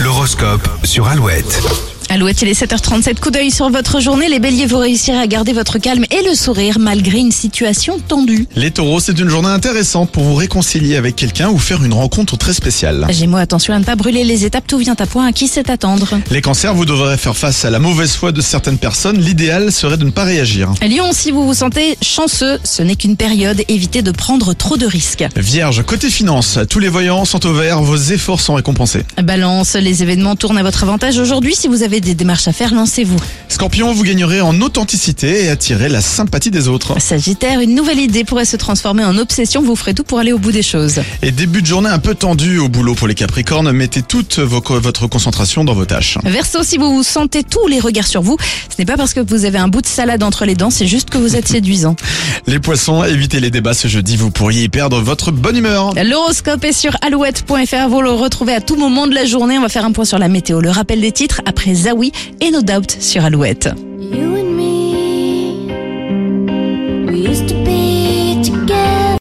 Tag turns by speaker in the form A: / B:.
A: L'horoscope sur Alouette.
B: Alouette, il est 7h37. Coup d'œil sur votre journée. Les béliers, vous réussirez à garder votre calme et le sourire malgré une situation tendue.
C: Les taureaux, c'est une journée intéressante pour vous réconcilier avec quelqu'un ou faire une rencontre très spéciale.
B: Gémeaux, attention à ne pas brûler les étapes. Tout vient à point. À qui sait attendre
C: Les cancers, vous devrez faire face à la mauvaise foi de certaines personnes. L'idéal serait de ne pas réagir.
B: Lyon, si vous vous sentez chanceux, ce n'est qu'une période. Évitez de prendre trop de risques.
C: Vierge, côté finance, tous les voyants sont au vert, vos efforts sont récompensés.
B: Balance, les événements tournent à votre avantage aujourd'hui. Si vous avez des démarches à faire, lancez-vous.
C: Scorpion, vous gagnerez en authenticité et attirez la sympathie des autres.
B: Sagittaire, une nouvelle idée pourrait se transformer en obsession. Vous ferez tout pour aller au bout des choses.
C: Et début de journée un peu tendu au boulot pour les capricornes, mettez toute vos- votre concentration dans vos tâches.
B: Verseau, si vous vous sentez tous les regards sur vous, ce n'est pas parce que vous avez un bout de salade entre les dents, c'est juste que vous êtes séduisant.
C: Les poissons, évitez les débats ce jeudi, vous pourriez y perdre votre bonne humeur.
B: L'horoscope est sur alouette.fr. Vous le retrouvez à tout moment de la journée. On va faire un point sur la météo. Le rappel des titres après Zawi et No Doubt sur Alouette.